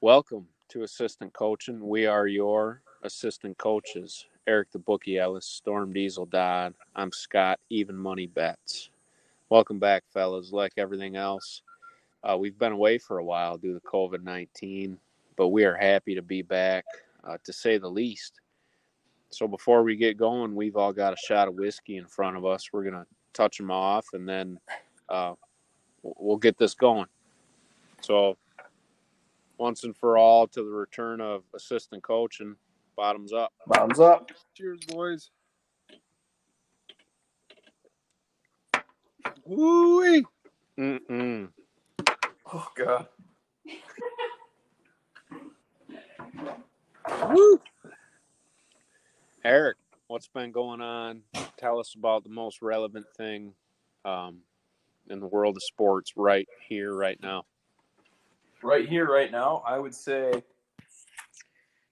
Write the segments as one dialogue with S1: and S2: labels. S1: Welcome to Assistant Coaching. We are your assistant coaches Eric the Bookie Ellis, Storm Diesel Dodd. I'm Scott, Even Money Bets. Welcome back, fellas. Like everything else, uh, we've been away for a while due to COVID 19, but we are happy to be back, uh, to say the least. So before we get going, we've all got a shot of whiskey in front of us. We're going to touch them off and then uh, we'll get this going. So, once and for all to the return of assistant coach and bottoms up.
S2: Bottoms up.
S3: Cheers, boys. Woo!
S1: Mm-mm.
S2: Oh god.
S3: Woo!
S1: Eric, what's been going on? Tell us about the most relevant thing um, in the world of sports right here, right now.
S2: Right here, right now, I would say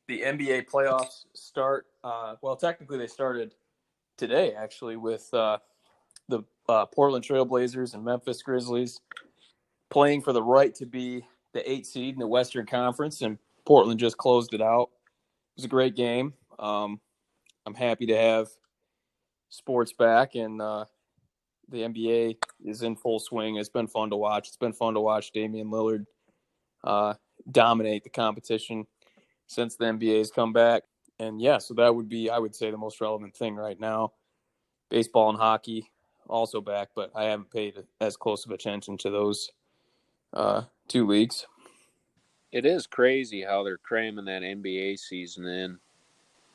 S2: the NBA playoffs start. Uh, well, technically, they started today, actually, with uh, the uh, Portland Trailblazers and Memphis Grizzlies playing for the right to be the eight seed in the Western Conference, and Portland just closed it out. It was a great game. Um, I'm happy to have sports back, and uh, the NBA is in full swing. It's been fun to watch. It's been fun to watch Damian Lillard uh, dominate the competition since the NBA's come back. And yeah, so that would be, I would say, the most relevant thing right now. Baseball and hockey also back, but I haven't paid as close of attention to those uh, two leagues.
S1: It is crazy how they're cramming that NBA season in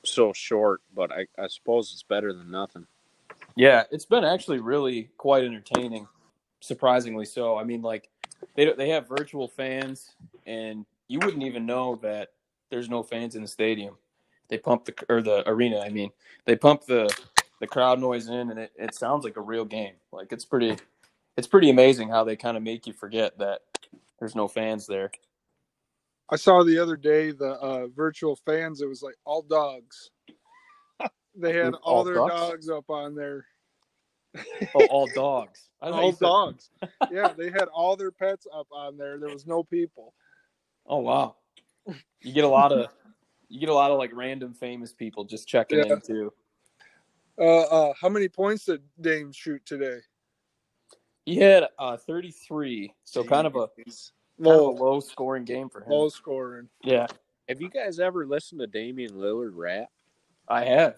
S1: so short, but I, I suppose it's better than nothing.
S2: Yeah, it's been actually really quite entertaining, surprisingly so. I mean, like they don't- they have virtual fans, and you wouldn't even know that there's no fans in the stadium. They pump the or the arena. I mean, they pump the the crowd noise in, and it, it sounds like a real game. Like it's pretty, it's pretty amazing how they kind of make you forget that there's no fans there.
S3: I saw the other day the uh, virtual fans. It was like all dogs. They had
S2: With
S3: all,
S2: all
S3: their
S2: ducks?
S3: dogs up on there.
S2: Oh, all dogs. I thought you
S3: All
S2: said-
S3: dogs. yeah, they had all their pets up on there. There was no people.
S2: Oh wow. You get a lot of you get a lot of like random famous people just checking
S3: Yeah.
S2: in too.
S3: Uh, uh, how many points did Dame shoot today?
S2: He had uh 33, so kind of a kind of a
S3: Low,
S2: low scoring game for him.
S3: low scoring.
S2: Yeah,
S1: Have you guys ever listened to Damian Lillard rap?
S2: I have.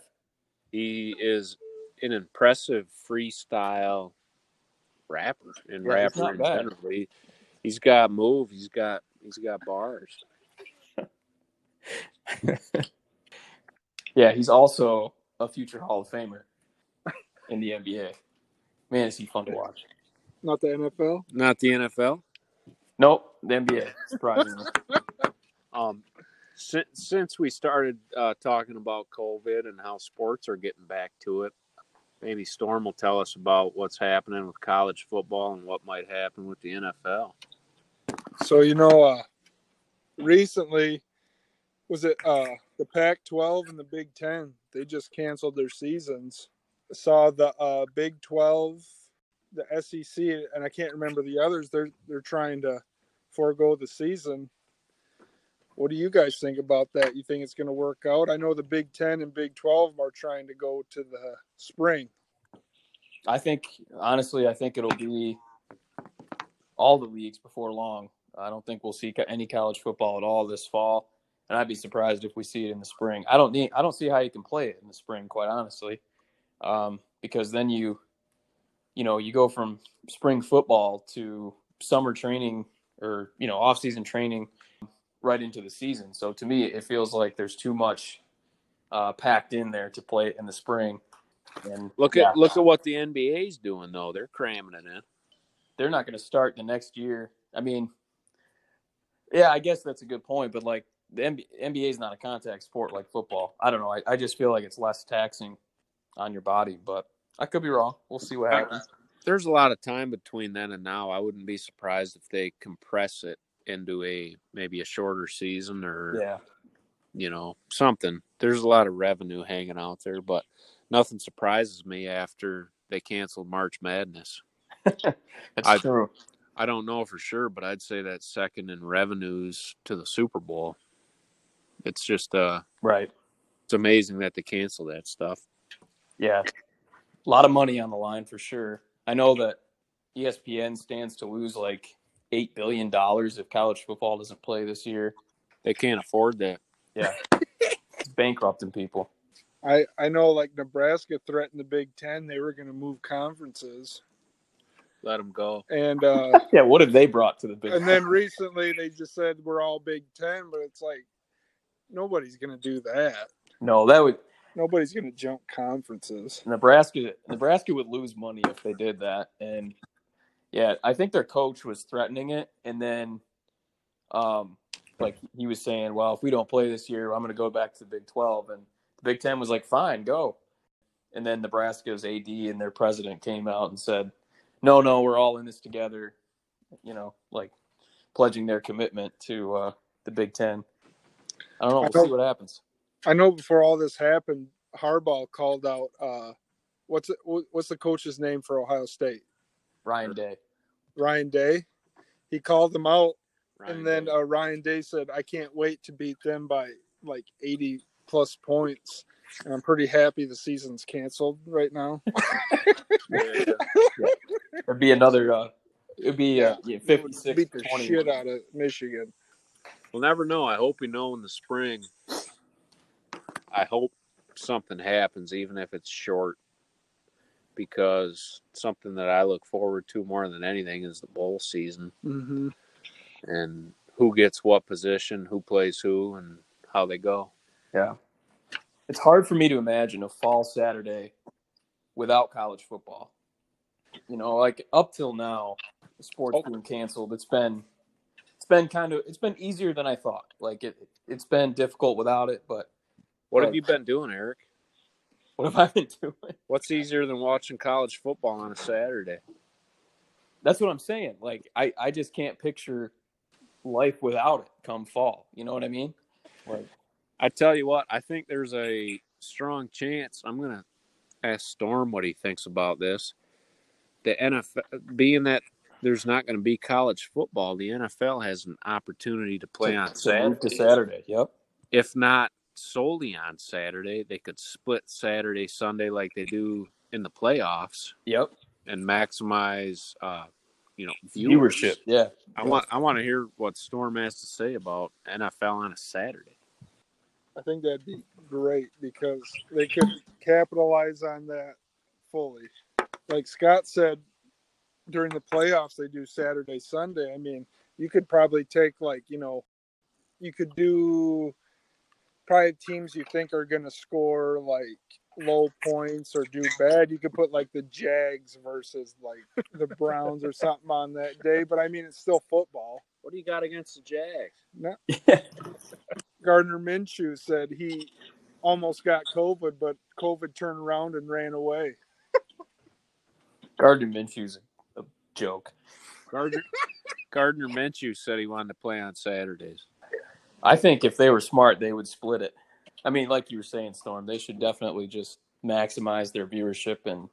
S1: He is an impressive freestyle rapper and
S2: Yeah, he's
S1: rapper
S2: not
S1: in
S2: bad.
S1: general. He, he's got move. He's got he's got bars.
S2: Yeah, he's also a future Hall of Famer in the NBA. Man, is he fun to watch.
S3: Not the NFL.
S1: Not the NFL.
S2: Nope, the NBA, surprisingly.
S1: Um, since since we started uh, talking about COVID and how sports are getting back to it, maybe Storm will tell us about what's happening with college football and what might happen with the NFL.
S3: So you know, uh, recently was it uh, the Pac-12 and the Big Ten? They just canceled their seasons. I saw the uh, Big 12, the SEC, and I can't remember the others. They're they're trying to forego the season. What do you guys think about that? You think it's going to work out? I know the Big Ten and Big 12 are trying to go to the spring.
S2: I think honestly, I think it'll be all the leagues before long. I don't think we'll see co- any college football at all this fall, and I'd be surprised if we see it in the spring. I don't need. I don't see how you can play it in the spring, quite honestly, um, because then you, you know, you go from spring football to summer training or you know off-season training right into the season. So to me, it feels like there's too much uh, packed in there to play it in the spring. And
S1: Look
S2: yeah.
S1: at look at what the NBA's doing though. They're cramming it in.
S2: they're not going to start the next year. I mean, yeah, I guess that's a good point, but like the NBA is not a contact sport like football. I don't know. I, I just feel like it's less taxing on your body, but I could be wrong. We'll see what happens.
S1: There's a lot of time between then and now. I wouldn't be surprised if they compress it into a maybe a shorter season or
S2: Yeah.
S1: you know, something. There's a lot of revenue hanging out there, but nothing surprises me after they canceled March Madness.
S2: That's
S1: I-
S2: true.
S1: I don't know for sure, but I'd say that's second in revenues to the Super Bowl. It's just uh,
S2: Right.
S1: it's amazing that they cancel that stuff.
S2: Yeah. A lot of money on the line for sure. I know that E ESPN stands to lose like eight billion dollars if college football doesn't play this year.
S1: They can't afford that.
S2: It's bankrupting people.
S3: I I know like Nebraska threatened the Big Ten; they were going to move conferences,
S1: Let them go.
S3: and uh,
S2: Yeah, what have they brought to the big
S3: and then recently they just said we're all Big Ten, but it's like nobody's going to do that.
S2: No, that would
S3: Nobody's going to jump conferences.
S2: Nebraska Nebraska would lose money if they did that. And yeah, I think their coach was threatening it and then um like he was saying, Well, if we don't play this year, I'm gonna go back to the Big Twelve and the Big Ten was like, Fine, go. And then Nebraska's AD and their president came out and said, No, no, we're all in this together you know, like pledging their commitment to uh the Big Ten. I don't know,
S3: I
S2: we'll see
S3: don't-
S2: what happens.
S3: I know before all this happened, Harbaugh called out uh, what's it, what's the coach's name for Ohio State?
S2: Ryan Day.
S3: Ryan Day. He called them out
S1: Ryan
S3: and then
S1: Day.
S3: uh, Ryan Day said, "I can't wait to beat them by like 80 plus points." And I'm pretty happy the season's canceled right now.
S2: It'd be another. Uh, it'd be uh, yeah,
S3: They would
S2: 56
S3: beat the
S2: 20.
S3: shit out of Michigan.
S1: We'll never know. I hope we know in the spring. I hope something happens, even if it's short, because something that I look forward to more than anything is the bowl season
S3: Mm-hmm.
S1: and who gets what position, who plays who, and how they go.
S2: Yeah, it's hard for me to imagine a fall Saturday without college football. You know, like up till now, the sport's
S3: Oh.
S2: been canceled. It's been, it's been kind of, it's been easier than I thought. Like it, it's been difficult without it. But
S1: What
S2: Right.
S1: have you been doing, Eric?
S2: what have I been doing?
S1: What's easier than watching college football on a Saturday?
S2: That's what I'm saying. Like I, I just can't picture life without it come fall. You know what I mean? Like
S1: I tell you what, I think there's a strong chance. I'm going to ask Storm what he thinks about this. The NFL, being that there's not going to be college football, the NFL has an opportunity to play on
S2: to move to
S1: Saturday.
S2: Saturday. Yep.
S1: If not solely on Saturday, they could split Saturday, Sunday like they do in the playoffs
S2: Yep.
S1: and maximize, uh, you know, viewers.
S2: Viewership. Yeah.
S1: I want I want to hear what Storm has to say about NFL on a Saturday.
S3: I think that'd be great because they could capitalize on that fully. Like Scott said, during the playoffs they do Saturday, Sunday. I mean, you could probably take like you know, you could do probably teams you think are going to score like low points or do bad. You could put like the Jags versus like the Browns or something on that day. But I mean, it's still football.
S1: What do you got against the Jags?
S3: Gardner Minshew said he almost got COVID, but COVID turned around and ran away.
S2: Gardner Minshew's a, a joke.
S1: Gardner Gardner Minshew said he wanted to play on Saturdays.
S2: I think if they were smart, they would split it. I mean, like you were saying, Storm, they should definitely just maximize their viewership and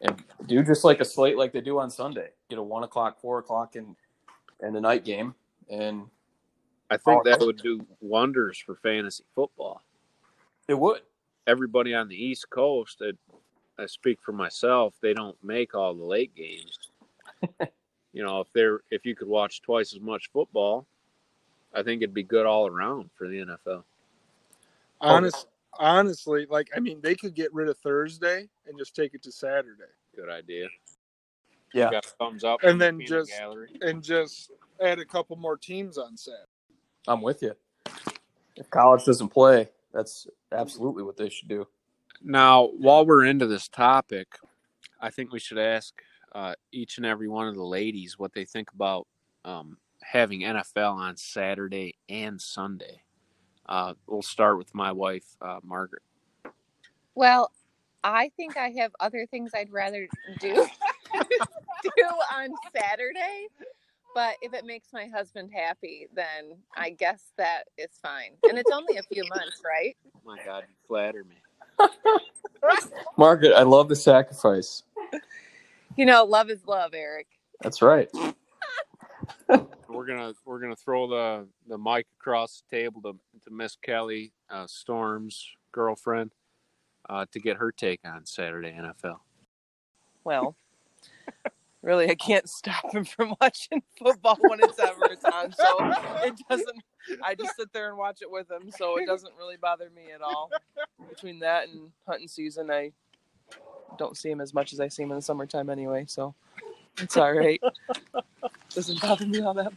S2: and do just like a slate like they do on Sunday. Get a one o'clock, four o'clock, and and the night game. And
S1: I think that would do wonders for fantasy football.
S2: it would.
S1: Everybody on the East Coast, I, I speak for myself, they don't make all the late games. you know, if they're if you could watch twice as much football, I think it'd be good all around for the NFL.
S2: Oh,
S3: Honest, honestly, like I mean, they could get rid of Thursday and just take it to Saturday.
S1: Good idea.
S2: Yeah.
S1: Got thumbs up
S3: And
S1: from the
S3: then
S1: peanut
S3: just-
S1: gallery.
S3: and just add a couple more teams on Saturday.
S2: I'm with you. If college doesn't play, that's absolutely what they should do.
S1: Now, while we're into this topic, I think we should ask uh, each and every one of the ladies what they think about um, having NFL on Saturday and Sunday. Uh, we'll start with my wife, uh, Margaret.
S4: Well, I think I have other things I'd rather do do on Saturday. But if it makes my husband happy, then I guess that is fine. And it's only a few months, right?
S1: Oh my God, you flatter me.
S2: Margaret, I love the sacrifice.
S4: You know, love is love, Eric.
S2: That's right.
S1: we're gonna we're gonna throw the the mic across the table to to Miss Kelly uh, Storm's girlfriend uh, to get her take on Saturday NFL.
S5: Well, really, I can't stop him from watching football when it's ever it's on. So it doesn't. I just sit there and watch it with him, so it doesn't really bother me at all. Between that and hunting season, I don't see him as much as I see him in the summertime anyway. So it's all right. doesn't bother me all that.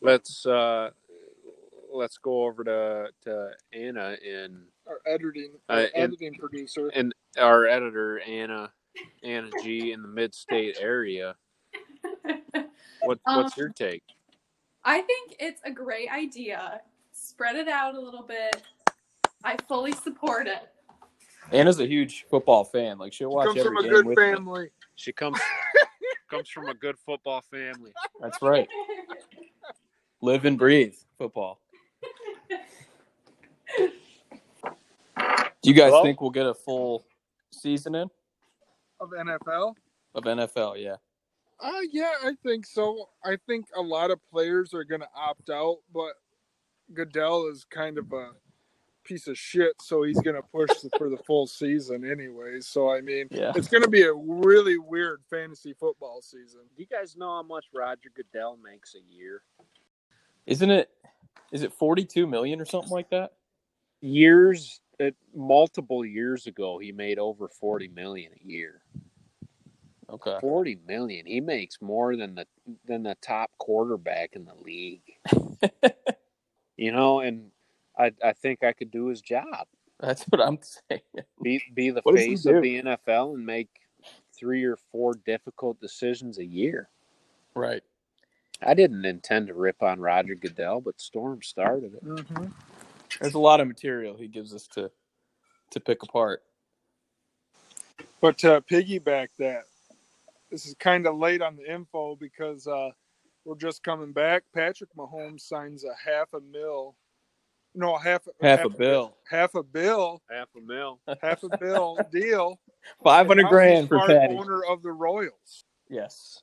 S1: Let's uh, let's go over to to Anna and
S3: Our editing,
S1: Uh,
S3: our
S1: and-
S3: editing producer.
S1: and our editor Anna Anna G in the mid state area. What what's
S6: Um,
S1: your take?
S6: I think it's a great idea. Spread it out a little bit. I fully support it.
S2: Anna's a huge football fan. Like she'll watch
S3: comes
S2: every
S3: from a
S2: game
S3: good
S2: with me.
S3: family.
S1: She comes comes from a good football family.
S2: That's right. Live and breathe football. Do you guys
S1: Hello?
S2: think we'll get a full season in
S3: of NFL?
S2: of NFL? Yeah.
S3: Uh, yeah, I think so. I think a lot of players are going to opt out, but Goodell is kind of a piece of shit, so he's going to push for the full season anyway. So, I mean,
S2: Yeah.
S3: it's going to be a really weird fantasy football season.
S1: Do you guys know how much Roger Goodell makes a year?
S2: Isn't it? Is it forty-two million or something like that?
S1: Years it, multiple years ago he made over 40 million a year.
S2: Okay.
S1: 40 million. He makes more than the than the top quarterback in the league. you know, and I I think I could do his job.
S2: That's what I'm saying.
S1: be be the
S2: What does he
S1: face
S2: do?
S1: of the NFL and make three or four difficult decisions a year.
S2: Right.
S1: I didn't intend to rip on Roger Goodell, but Storm started it.
S3: Mm-hmm.
S2: There's a lot of material he gives us to to pick apart.
S3: But to piggyback that, this is kind of late on the info because uh, we're just coming back. Patrick Mahomes signs a half a mil. No, half,
S2: Half a bill.
S3: half a bill,
S1: Half a mil.
S3: half a bill deal.
S2: Five hundred
S3: I'm
S2: grand
S3: the
S2: for
S3: smart
S2: Patty.
S3: Owner of the Royals.
S2: Yes.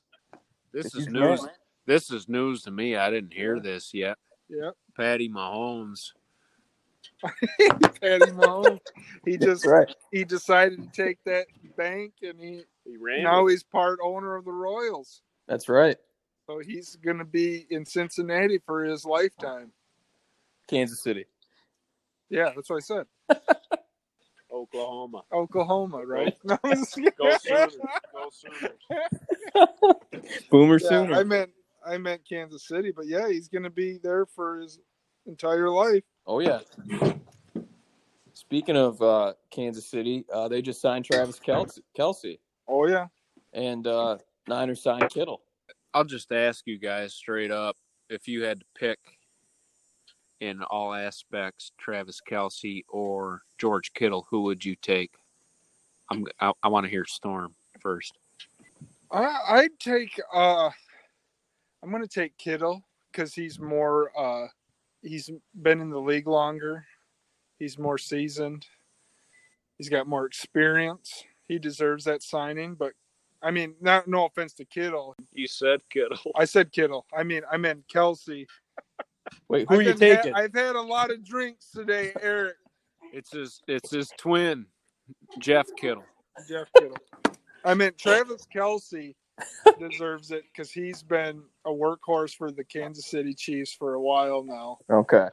S1: This
S2: He's
S1: is news.
S2: right.
S1: This is news to me. I didn't hear this yet.
S3: Yep,
S1: Patty Mahomes.
S3: Patty Mahomes. He just
S2: right.
S3: he decided to take that bank, and he
S1: He ran.
S3: now
S1: with-
S3: he's part owner of the Royals.
S2: That's right.
S3: So he's going to be in Cincinnati for his lifetime.
S2: Kansas City.
S3: Yeah, that's what I said.
S1: Oklahoma.
S3: Oklahoma, right?
S1: Go Sooners. Go Sooners.
S2: Boomer
S3: Yeah,
S2: sooner.
S3: I meant I meant Kansas City, but yeah, he's going to be there for his entire life.
S2: Oh yeah. Speaking of uh, Kansas City, uh, they just signed Travis Kelsey, Kelsey
S3: Oh yeah,
S2: and uh, Niners signed Kittle.
S1: I'll just ask you guys straight up if you had to pick in all aspects Travis Kelsey or George Kittle, who would you take? I'm I, I want to hear Storm first.
S3: I I'd take uh I'm going to take Kittle cuz he's more uh he's been in the league longer. He's more seasoned. He's got more experience. He deserves that signing, but I mean, not no offense to Kittle.
S1: You said Kittle.
S3: I said Kittle. I mean, I meant Kelsey.
S2: Wait, who
S3: I've
S2: are you
S3: been ha-
S2: taking?
S3: I've had a lot of drinks today, Eric.
S1: It's his it's his twin, Jeff Kittle.
S3: Jeff Kittle. I mean, Travis Kelsey deserves it because he's been a workhorse for the Kansas City Chiefs for a while now.
S2: okay.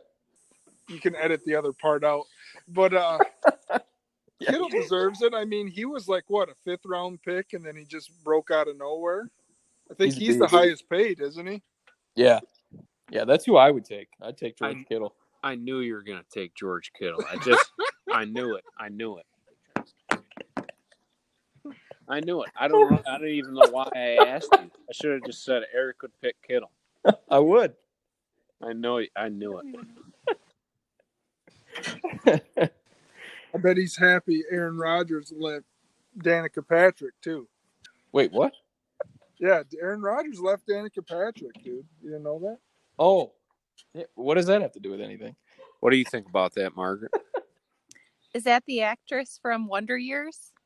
S3: You can edit the other part out, but uh,
S2: Yeah.
S3: Kittle deserves it. I mean, he was like what a fifth round pick, and then he just broke out of nowhere. I think
S2: He's a
S3: he's, the
S2: beast.
S3: highest paid, isn't he?
S2: Yeah. Yeah, that's who I would take. I'd take George
S1: I-
S2: Kittle.
S1: I knew you were gonna take George Kittle. I just I knew it. I knew it. I knew it. I don't I don't even know why I asked you. I should have just said Eric would pick Kittle.
S2: I would.
S1: I know I knew it.
S3: I bet he's happy Aaron Rodgers left Danica Patrick too.
S2: Wait, what?
S3: Yeah, Aaron Rodgers left Danica Patrick, dude. You didn't know that?
S2: Oh. Yeah, what does that have to do with anything?
S1: What do you think about that, Margaret?
S4: Is that the actress from Wonder Years?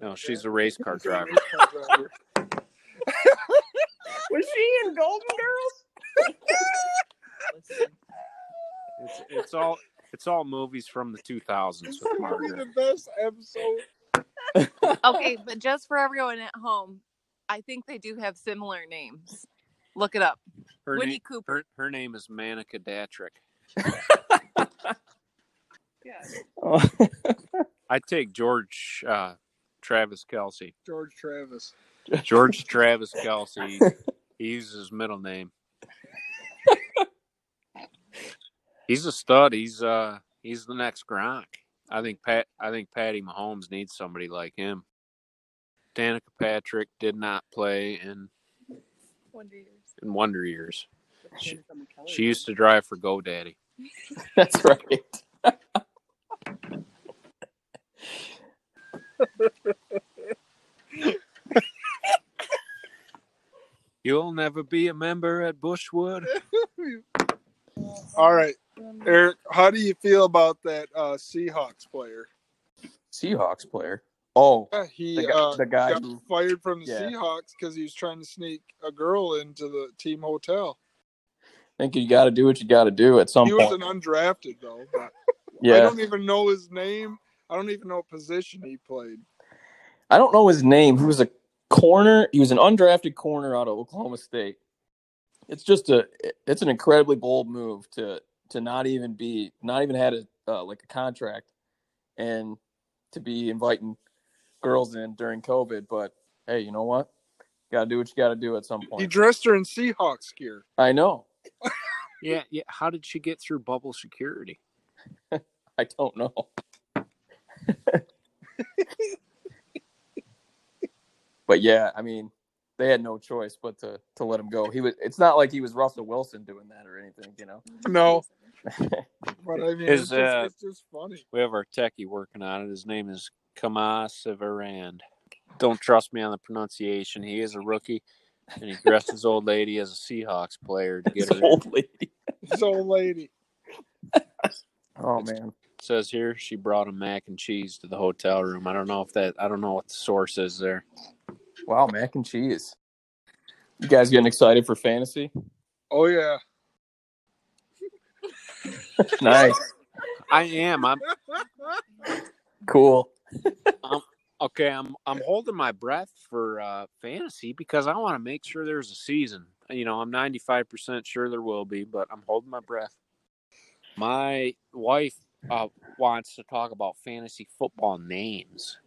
S1: No, she's a race car driver.
S3: Car driver.
S5: Was she in Golden Girls? Listen,
S1: It's, it's all it's all movies from the 2000s with
S3: It's gonna be
S1: Margaret.
S3: the best episode.
S4: Okay, but just for everyone at home, I think they do have similar names. Look it up.
S1: Her,
S4: Winnie
S1: name,
S4: Cooper.
S1: her, her name is Manica Datrick.
S5: oh,
S1: I take George uh, Travis Kelsey.
S3: George Travis.
S1: George Travis Kelsey. He uses his middle name. he's a stud. He's uh he's the next Gronk. I think Pat I think Patty Mahomes needs somebody like him. Danica Patrick did not play in, in Wonder Years. She- She used to drive for GoDaddy.
S5: That's right.
S1: You'll never be a member at Bushwood.
S3: All right, Eric, how do you feel about that uh, Seahawks player?
S2: Seahawks player. Oh,
S3: Yeah, he
S2: The guy-
S3: uh,
S2: the guy
S3: got
S2: who-
S3: fired from the
S2: yeah.
S3: Seahawks because he was trying to sneak a girl into the team hotel.
S2: I think you got to do what you got to do at some
S3: He was
S2: point.
S3: an undrafted though. But I
S2: yeah,
S3: don't even know his name. I don't even know what position he played.
S2: I don't know his name. He was a corner. He was an undrafted corner out of Oklahoma State. It's just a. It's an incredibly bold move to to not even be not even had a uh, like a contract, and to be inviting girls in during COVID. But hey, you know what? Got to do what you got to do at some
S3: He
S2: point.
S3: dressed her in Seahawks gear.
S2: I know.
S1: Yeah, yeah. How did she get through bubble security?
S2: I don't know. but yeah, I mean, they had no choice but to to let him go. He was. It's not like he was Russell Wilson doing that or anything, you know.
S3: No, but I mean,
S1: Is,
S3: it's,
S1: uh,
S3: just, it's just funny.
S1: We have our techie working on it. His name is Kama Severand. Don't trust me on the pronunciation. He is a rookie, and he dressed his old lady as a Seahawks player to get
S2: This
S1: her. in.
S2: old lady.
S3: This old lady.
S2: Oh man.
S1: It says here she brought him mac and cheese to the hotel room. I don't know if that. I don't know what the source is there.
S2: Wow, mac and cheese. You guys getting excited for fantasy?
S3: Oh yeah.
S2: Nice.
S1: I am. I'm
S2: Cool.
S1: okay. I'm. I'm holding my breath for uh, fantasy because I want to make sure there's a season. You know, I'm 95 percent sure there will be, but I'm holding my breath. My wife uh, wants to talk about fantasy football names.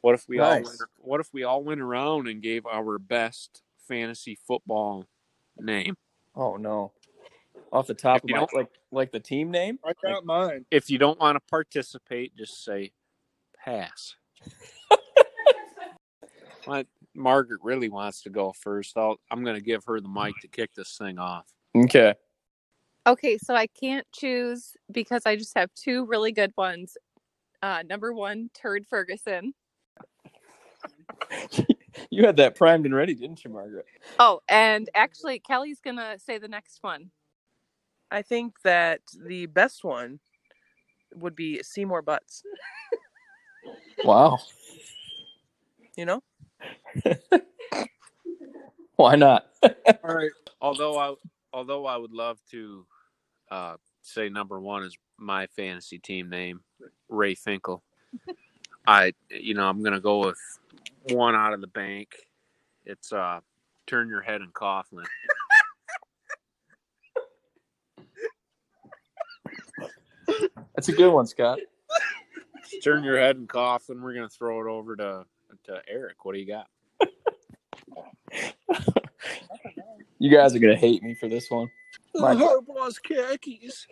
S1: What if we all
S2: Nice.
S1: went, what if we all went around and gave our best fantasy football name?
S2: Oh no. Off the top
S1: If
S2: of
S1: you
S2: my
S1: don't-
S2: like like the team name?
S3: I got mine.
S1: If you don't want to participate, just say pass. My, Margaret really wants to go first. I'll, I'm going to give her the mic to kick this thing off.
S2: Okay.
S4: Okay, so I can't choose because I just have two really good ones. Uh, number one, Turd Ferguson.
S2: You had that primed and ready, didn't you, Margaret?
S4: Oh, and actually, Kelly's gonna say the next one.
S5: I think that the best one would be Seymour Butts.
S2: Wow.
S5: You know,
S2: Why not?
S3: All right.
S1: Although I although I would love to uh, say number one is my fantasy team name, Ray Finkel. I you know I'm gonna go with one out of the bank. It's uh, turn your head and Coughlin.
S2: That's a good one, Scott.
S1: Turn your head and Coughlin. We're gonna throw it over to to Eric. What do you got?
S2: You guys are gonna hate me for this one. My God.
S3: Harbaugh's khakis.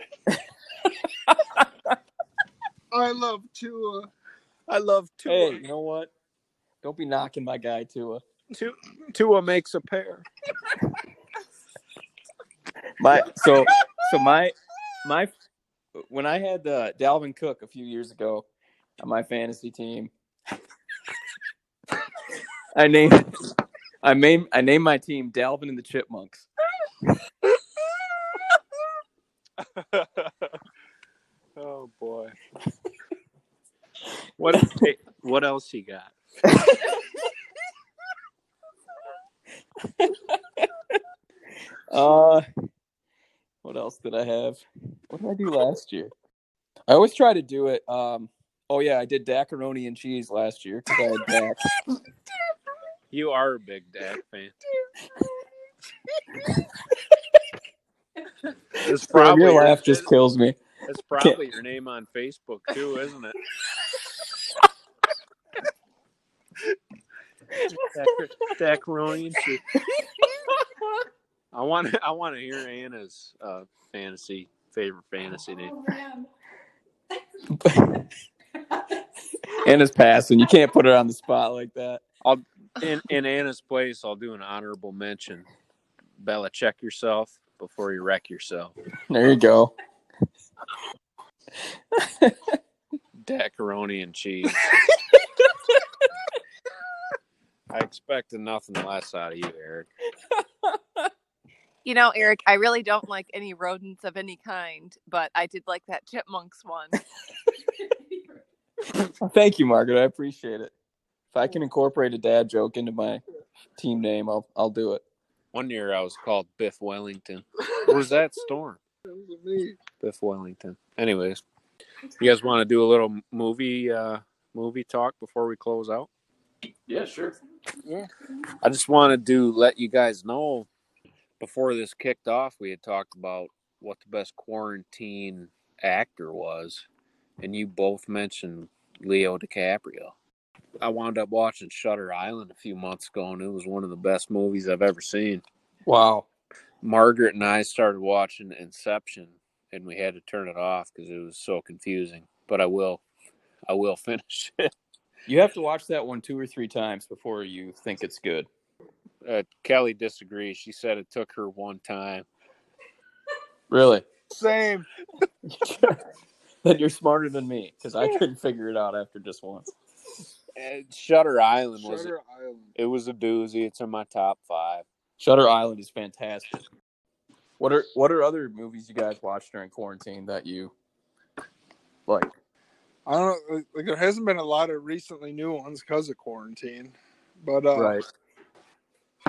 S3: I love Tua.
S2: I love
S3: Tua.
S2: Hey, you know what? Don't be knocking my guy Tua.
S1: Two, Tua makes a pair.
S2: My so so my my when I had uh, Dalvin Cook a few years ago on my fantasy team, I named I named I named my team Dalvin and the Chipmunks.
S3: Oh boy.
S1: What hey, what else you got?
S2: Uh, what else did I have? What did I do last year? I always try to do it. Um, oh yeah, I did macaroni and cheese last year because I had Dak.
S1: You are a big Dak fan. It's
S2: Rob,
S1: probably
S2: your laugh
S1: it's-
S2: just kills me.
S1: It's probably your name on Facebook too, isn't it? Dak- Dakaroni and shit. I want I want to hear Anna's uh, fantasy favorite fantasy name.
S6: Oh, man.
S2: and it's passing. You can't put it on the spot like that.
S1: In in Anna's place, I'll do an honorable mention. Bella, check yourself before you wreck yourself.
S2: There you go.
S1: Dakaroni and cheese. I expected nothing less out of you, Eric.
S4: You know, Eric, I really don't like any rodents of any kind, but I did like that chipmunks one.
S2: Thank you, Margaret. I appreciate it. If I can incorporate a dad joke into my team name, I'll I'll do it.
S1: One year I was called Biff Wellington. Where's that storm?
S3: That was me.
S1: Biff Wellington. Anyways, you guys want to do a little movie uh, movie talk before we close out?
S2: Yeah, sure.
S1: I just want to do let you guys know before this kicked off, we had talked about what the best quarantine actor was, and you both mentioned Leo DiCaprio. I wound up watching Shutter Island a few months ago, and it was one of the best movies I've ever seen.
S2: Wow.
S1: Margaret and I started watching Inception, and we had to turn it off because it was so confusing. But I will, I will finish it.
S2: You have to watch that one two or three times before you think it's good.
S1: Uh, Kelly disagrees. She said it took her one time.
S2: Really?
S3: Same.
S2: then you're smarter than me because I couldn't figure it out after just once.
S1: Uh, Shutter Island was
S3: Shutter Island.
S1: it was a doozy. It's in my top five.
S2: Shutter Island is fantastic. What are what are other movies you guys watched during quarantine that you like?
S3: I don't know. Like, there hasn't been a lot of recently new ones because of quarantine, but uh,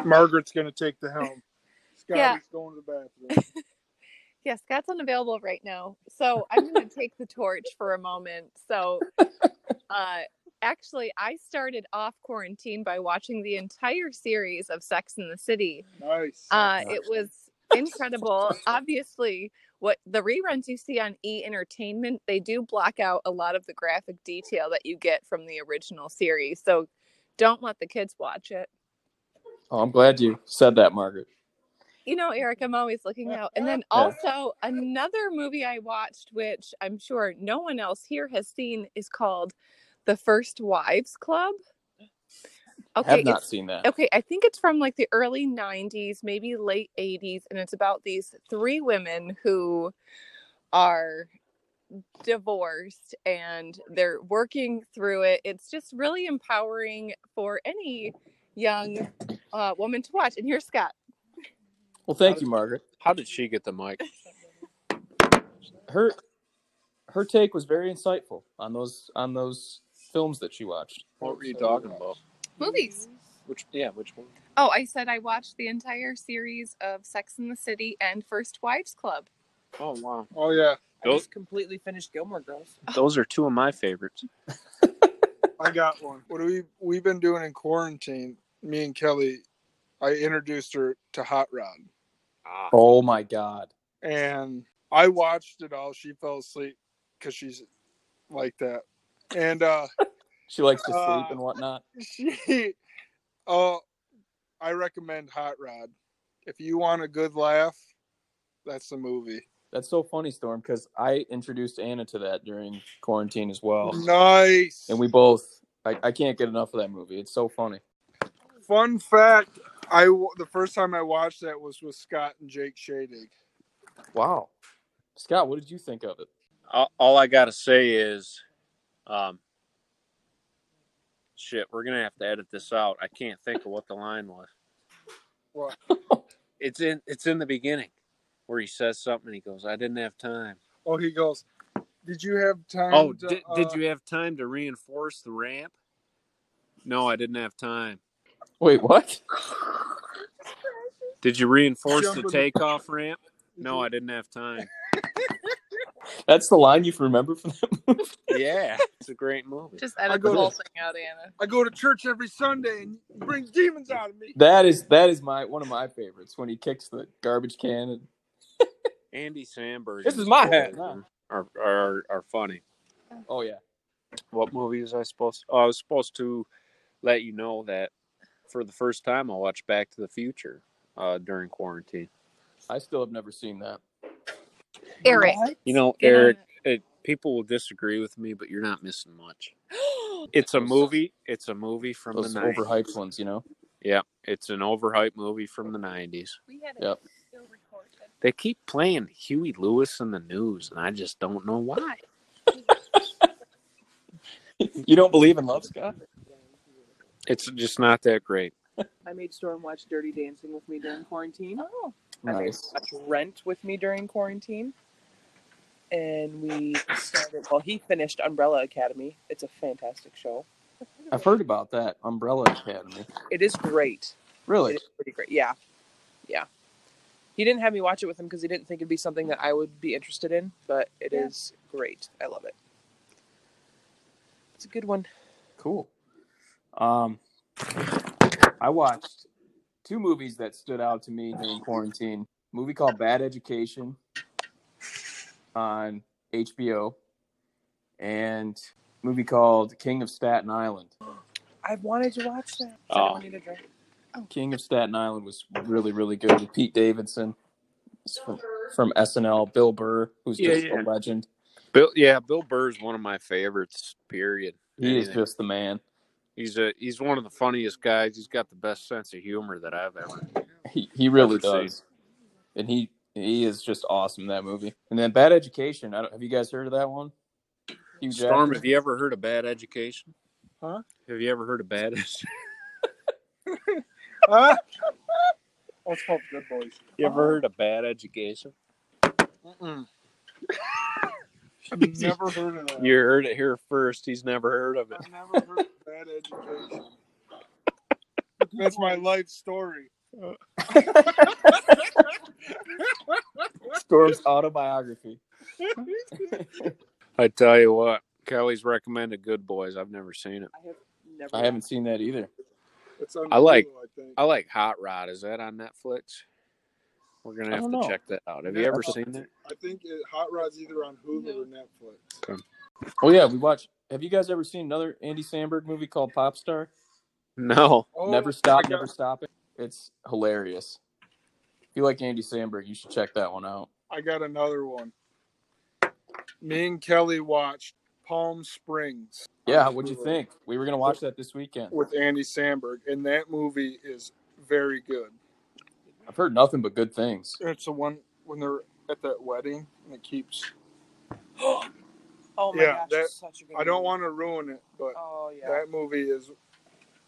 S3: Margaret's gonna take the helm. Scotty's
S4: Yeah.
S3: going to the bathroom.
S4: Yeah, Scott's unavailable right now. So I'm going to take the torch for a moment. So, uh, actually, I started off quarantine by watching the entire series of Sex in the City.
S3: Nice.
S4: Uh, it was incredible. Obviously, what the reruns you see on E Entertainment, they do block out a lot of the graphic detail that you get from the original series. So don't let the kids watch it.
S2: Oh, I'm glad you said that, Margaret.
S4: You know, Eric, I'm always looking out. And then
S2: Yeah.
S4: also another movie I watched, which I'm sure no one else here has seen, is called The First Wives Club. Okay,
S2: Have
S4: it's-
S2: not seen that.
S4: Okay, I think it's from like the early 90s, maybe late 80s, and it's about these three women who are divorced and they're working through it. It's just really empowering for any young uh, woman to watch. And here's Scott.
S2: Well, thank you, Margaret.
S1: How did she get the mic?
S2: Her her take was very insightful on those on those films that she watched.
S1: What were you talking about?
S4: Movies.
S1: Which yeah, which one?
S4: Oh, I said I watched the entire series of Sex in the City and First Wives Club.
S1: Oh wow,
S3: oh yeah,
S5: I just completely finished Gilmore Girls.
S1: those are two of my favorites.
S3: I got one. What do we we've been doing in quarantine? Me and Kelly, I introduced her to Hot Rod,
S1: Ah,
S2: Oh my god.
S3: and I watched it all. She fell asleep because she's like that, and uh,
S2: She likes to sleep
S3: Uh,
S2: and whatnot.
S3: she oh i recommend hot rod if you want a good laugh that's the movie
S2: That's so funny, Storm, because I introduced Anna to that during quarantine as
S1: Oh.
S2: well.
S1: Mm-hmm.
S3: nice
S2: And we both I, I can't get enough of that movie. It's so funny.
S3: fun fact i w- the first time i watched that was with scott and jake shadig
S2: Wow. Scott, what did you think of it?
S1: all, all I gotta say is, um, shit, we're gonna have to edit this out. I can't think of what the line was.
S3: What?
S1: It's in it's in the beginning where he says something. He goes, "I didn't have time."
S3: oh he goes did you have time
S1: Oh,
S3: to,
S1: did,
S3: uh,
S1: did you have time to reinforce the ramp? No, I didn't have time.
S2: Wait, what?
S1: Did you reinforce the
S3: Jumping.
S1: takeoff ramp?
S2: Mm-hmm.
S1: No, I didn't have time.
S2: That's the line you've remembered from that movie.
S1: Yeah, it's a great movie.
S4: Just
S3: I
S4: edit
S3: go
S4: the
S3: to-
S4: whole thing out, Anna.
S3: I go to church every Sunday and you bring demons out of me.
S2: That is that is my one of my favorites when he kicks the garbage can and
S1: Andy Samberg.
S2: This
S1: and
S2: is my
S1: Nicole
S2: hat.
S1: Kidman Are, are are funny.
S2: oh yeah.
S1: What movie was I supposed? Oh, I was supposed to let you know that for the first time I watched Back to the Future uh, during quarantine.
S2: I still have never seen that.
S4: Eric.
S1: You know,
S4: Get on
S1: Eric, it, people will disagree with me, but you're not missing much. It's a
S2: Those-
S1: movie. It's a movie from
S2: Those
S1: the 90s.
S2: overhyped ones, you know.
S1: Yeah, it's an overhyped movie from the 90s.
S4: We had
S2: Yep.
S4: still recorded.
S1: They keep playing Huey Lewis in the news, and I just don't know why.
S2: You don't believe in love, Scott?
S1: It's just not that great.
S5: I made Storm watch Dirty Dancing with me during quarantine.
S4: Oh,
S5: I made her watch Rent with me during quarantine. And we started, well, he finished Umbrella Academy. It's a fantastic show.
S2: I've heard about that Umbrella Academy.
S5: It is great. It
S2: Really?
S5: is pretty great. Yeah. Yeah. He didn't have me watch it with him because he didn't think it'd be something that I would be interested in, but it is
S4: Yeah.
S5: great. I love it. It's a good one.
S2: Cool. Um, I watched two movies that stood out to me during quarantine. A movie called Bad Education on HBO, and a movie called King of Staten Island.
S5: I wanted to watch that.
S1: Oh.
S5: I don't need a drink.
S2: King of Staten Island was really, really good with Pete Davidson It's from, from SNL, Bill Burr, who's
S1: Yeah,
S2: just
S1: yeah.
S2: a legend.
S1: Bill, yeah, Bill Burr's one of my favorites. Period.
S2: He is
S1: Anything.
S2: just the man.
S1: He's a he's one of the funniest guys. He's got the best sense of humor that I've ever.
S2: He, he really
S1: Never seen.
S2: does, and he he is just awesome in that movie. And then Bad Education. I don't, have you guys heard of that one? Hugh
S1: Storm,
S2: Jackman?
S1: have you ever heard of Bad Education?
S3: Huh?
S1: Have you ever heard of Bad?
S3: Huh?
S2: Ah.
S5: Oh, it's called Good Boys.
S1: you ever heard of Bad Education?
S3: I've never heard of that.
S1: You heard it here first. He's never heard of it.
S3: I've never heard of bad education. That's my life story.
S2: Storm's autobiography.
S1: I tell you what, Kelly's recommended Good Boys. I've never seen it.
S5: I have never.
S2: I haven't seen that either.
S3: It's
S1: I like-
S3: unbelievable, I think.
S1: I like Hot Rod. Is that on Netflix? We're
S2: I
S1: gonna have to
S2: don't know.
S1: check that out. Have you ever seen that?
S3: I think it, Hot Rod's either on Hulu or Netflix.
S2: Oh yeah, we watched. Have you guys ever seen another Andy Samberg movie called Pop Star?
S1: No.
S3: Oh,
S2: never stop,
S3: I got-
S2: never stop it. It's hilarious. If you like Andy Samberg, you should check that one out.
S3: I got another one. Me and Kelly watched Palm Springs.
S2: Yeah,
S3: on
S2: what'd you
S3: Hulu
S2: think? We were gonna watch that this weekend.
S3: With Andy Samberg, and that movie is very good.
S2: I've heard nothing but good things.
S3: It's the one when they're at that wedding, and it keeps.
S5: Oh my
S3: Yeah,
S5: gosh,
S3: that-
S5: it's such a good
S3: I don't
S5: movie.
S3: want to ruin it, but
S5: Oh yeah,
S3: that movie is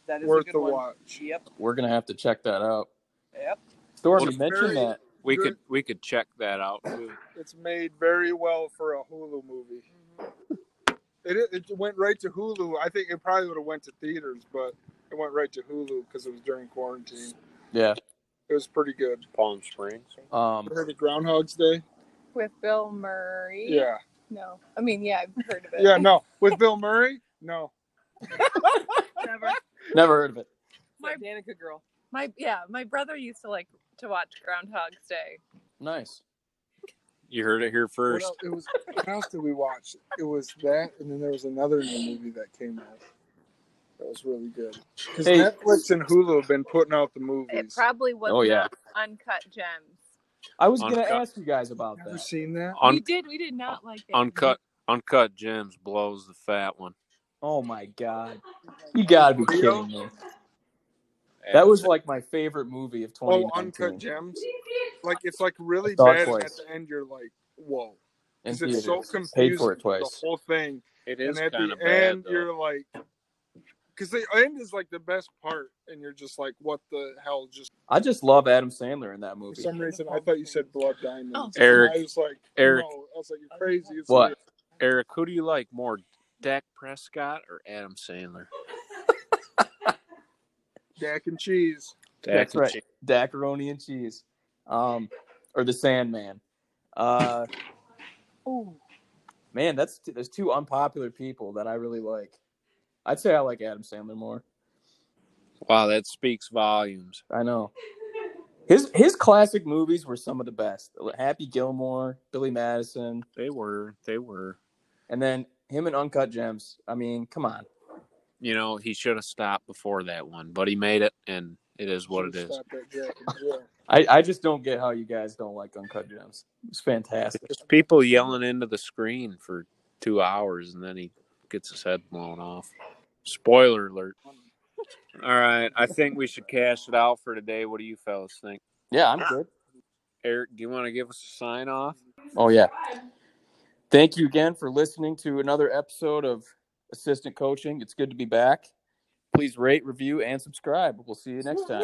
S5: that is
S3: worth
S5: a good
S3: the
S5: one.
S3: watch.
S5: Yep,
S2: We're gonna have to check that out.
S5: yep.
S2: Storm,
S1: Well,
S2: you mentioned
S3: very-
S2: that.
S1: We
S3: Good.
S1: could we could check that out too.
S3: It's made very well for a Hulu movie.
S5: Mm-hmm.
S3: It, it went right to Hulu. I think it probably would have went to theaters, but it went right to Hulu because it was during quarantine.
S2: Yeah.
S3: It was pretty good.
S1: Palm Springs.
S2: Um
S3: You heard of Groundhog's Day?
S4: with Bill Murray.
S3: Yeah.
S4: No, I mean, yeah, I've heard of it.
S3: Yeah, no. With Bill Murray? No.
S5: Never.
S2: never heard of it.
S4: My-
S5: Danica girl.
S4: My yeah, my brother used to like to watch Groundhog's Day.
S2: Nice.
S1: You heard it here
S3: What
S1: first.
S3: else, it was, what else did we watch? It was that, and then there was another new movie that came out. That was really good. Because
S2: Hey.
S3: Netflix and Hulu have been putting out the
S4: It
S3: movies.
S4: probably was
S2: Oh, yeah.
S4: not uncut gems.
S2: I was
S1: Uncut-
S2: gonna ask you guys about
S3: Never
S2: that.
S3: seen that?
S4: we
S1: Un-
S4: did. We did not like it.
S1: uncut uncut gems blows the fat one.
S2: Oh my god. You gotta be
S3: Leo?
S2: kidding me. That was like my favorite movie of twenty
S3: Oh,
S2: nineteen.
S3: Uncut Gems? Like, it's like really
S2: Dog
S3: bad, and at
S2: Boys.
S3: the end, you're like, whoa.
S2: in
S3: Because it's so
S2: theaters. Paid
S3: confusing,
S2: for it
S3: the
S2: twice.
S3: whole thing.
S1: it
S3: and
S1: is
S3: at
S1: kind
S3: the
S1: of bad.
S3: end,
S1: though.
S3: you're like, because the end is like the best part, and you're just like, what the hell just
S2: I just love Adam Sandler in that
S3: For
S2: movie.
S3: some reason, I thought you said blood diamonds.
S4: Oh.
S3: And
S1: Eric-
S3: I was like,
S1: Eric-
S3: No. I was like, you're crazy. It's
S2: What?
S1: Eric, who do you like more, Dak Prescott or Adam Sandler?
S3: Like, Jack and cheese.
S2: That's
S1: Tacky
S2: right.
S1: cheese.
S2: Daccaroni and cheese, um, or the Sandman. Uh,
S4: Ooh.
S2: man, that's there's two unpopular people that I really like. I'd say I like Adam Sandler more.
S1: Wow, that speaks volumes.
S2: I know his his classic movies were some of the best. Happy Gilmore, Billy Madison,
S1: They were. They were.
S2: and then him and Uncut Gems. I mean, come on.
S1: You know, he should have stopped before that one, but he made it, and it is what it
S3: Should've
S1: is.
S3: stopped that Jack and Jill.
S2: I, I just don't get how you guys don't like Uncut Gems. It's fantastic.
S1: Just people yelling into the screen for two hours, and then he gets his head blown off. Spoiler alert. All right, I think we should cash it out for today. What do you fellas think?
S2: Yeah, I'm good.
S1: Eric, do you want to give us a sign off?
S2: Oh yeah. Thank you again for listening to another episode of Assistant Coaching. It's good to be back. Please rate, review, and subscribe. We'll see you next time.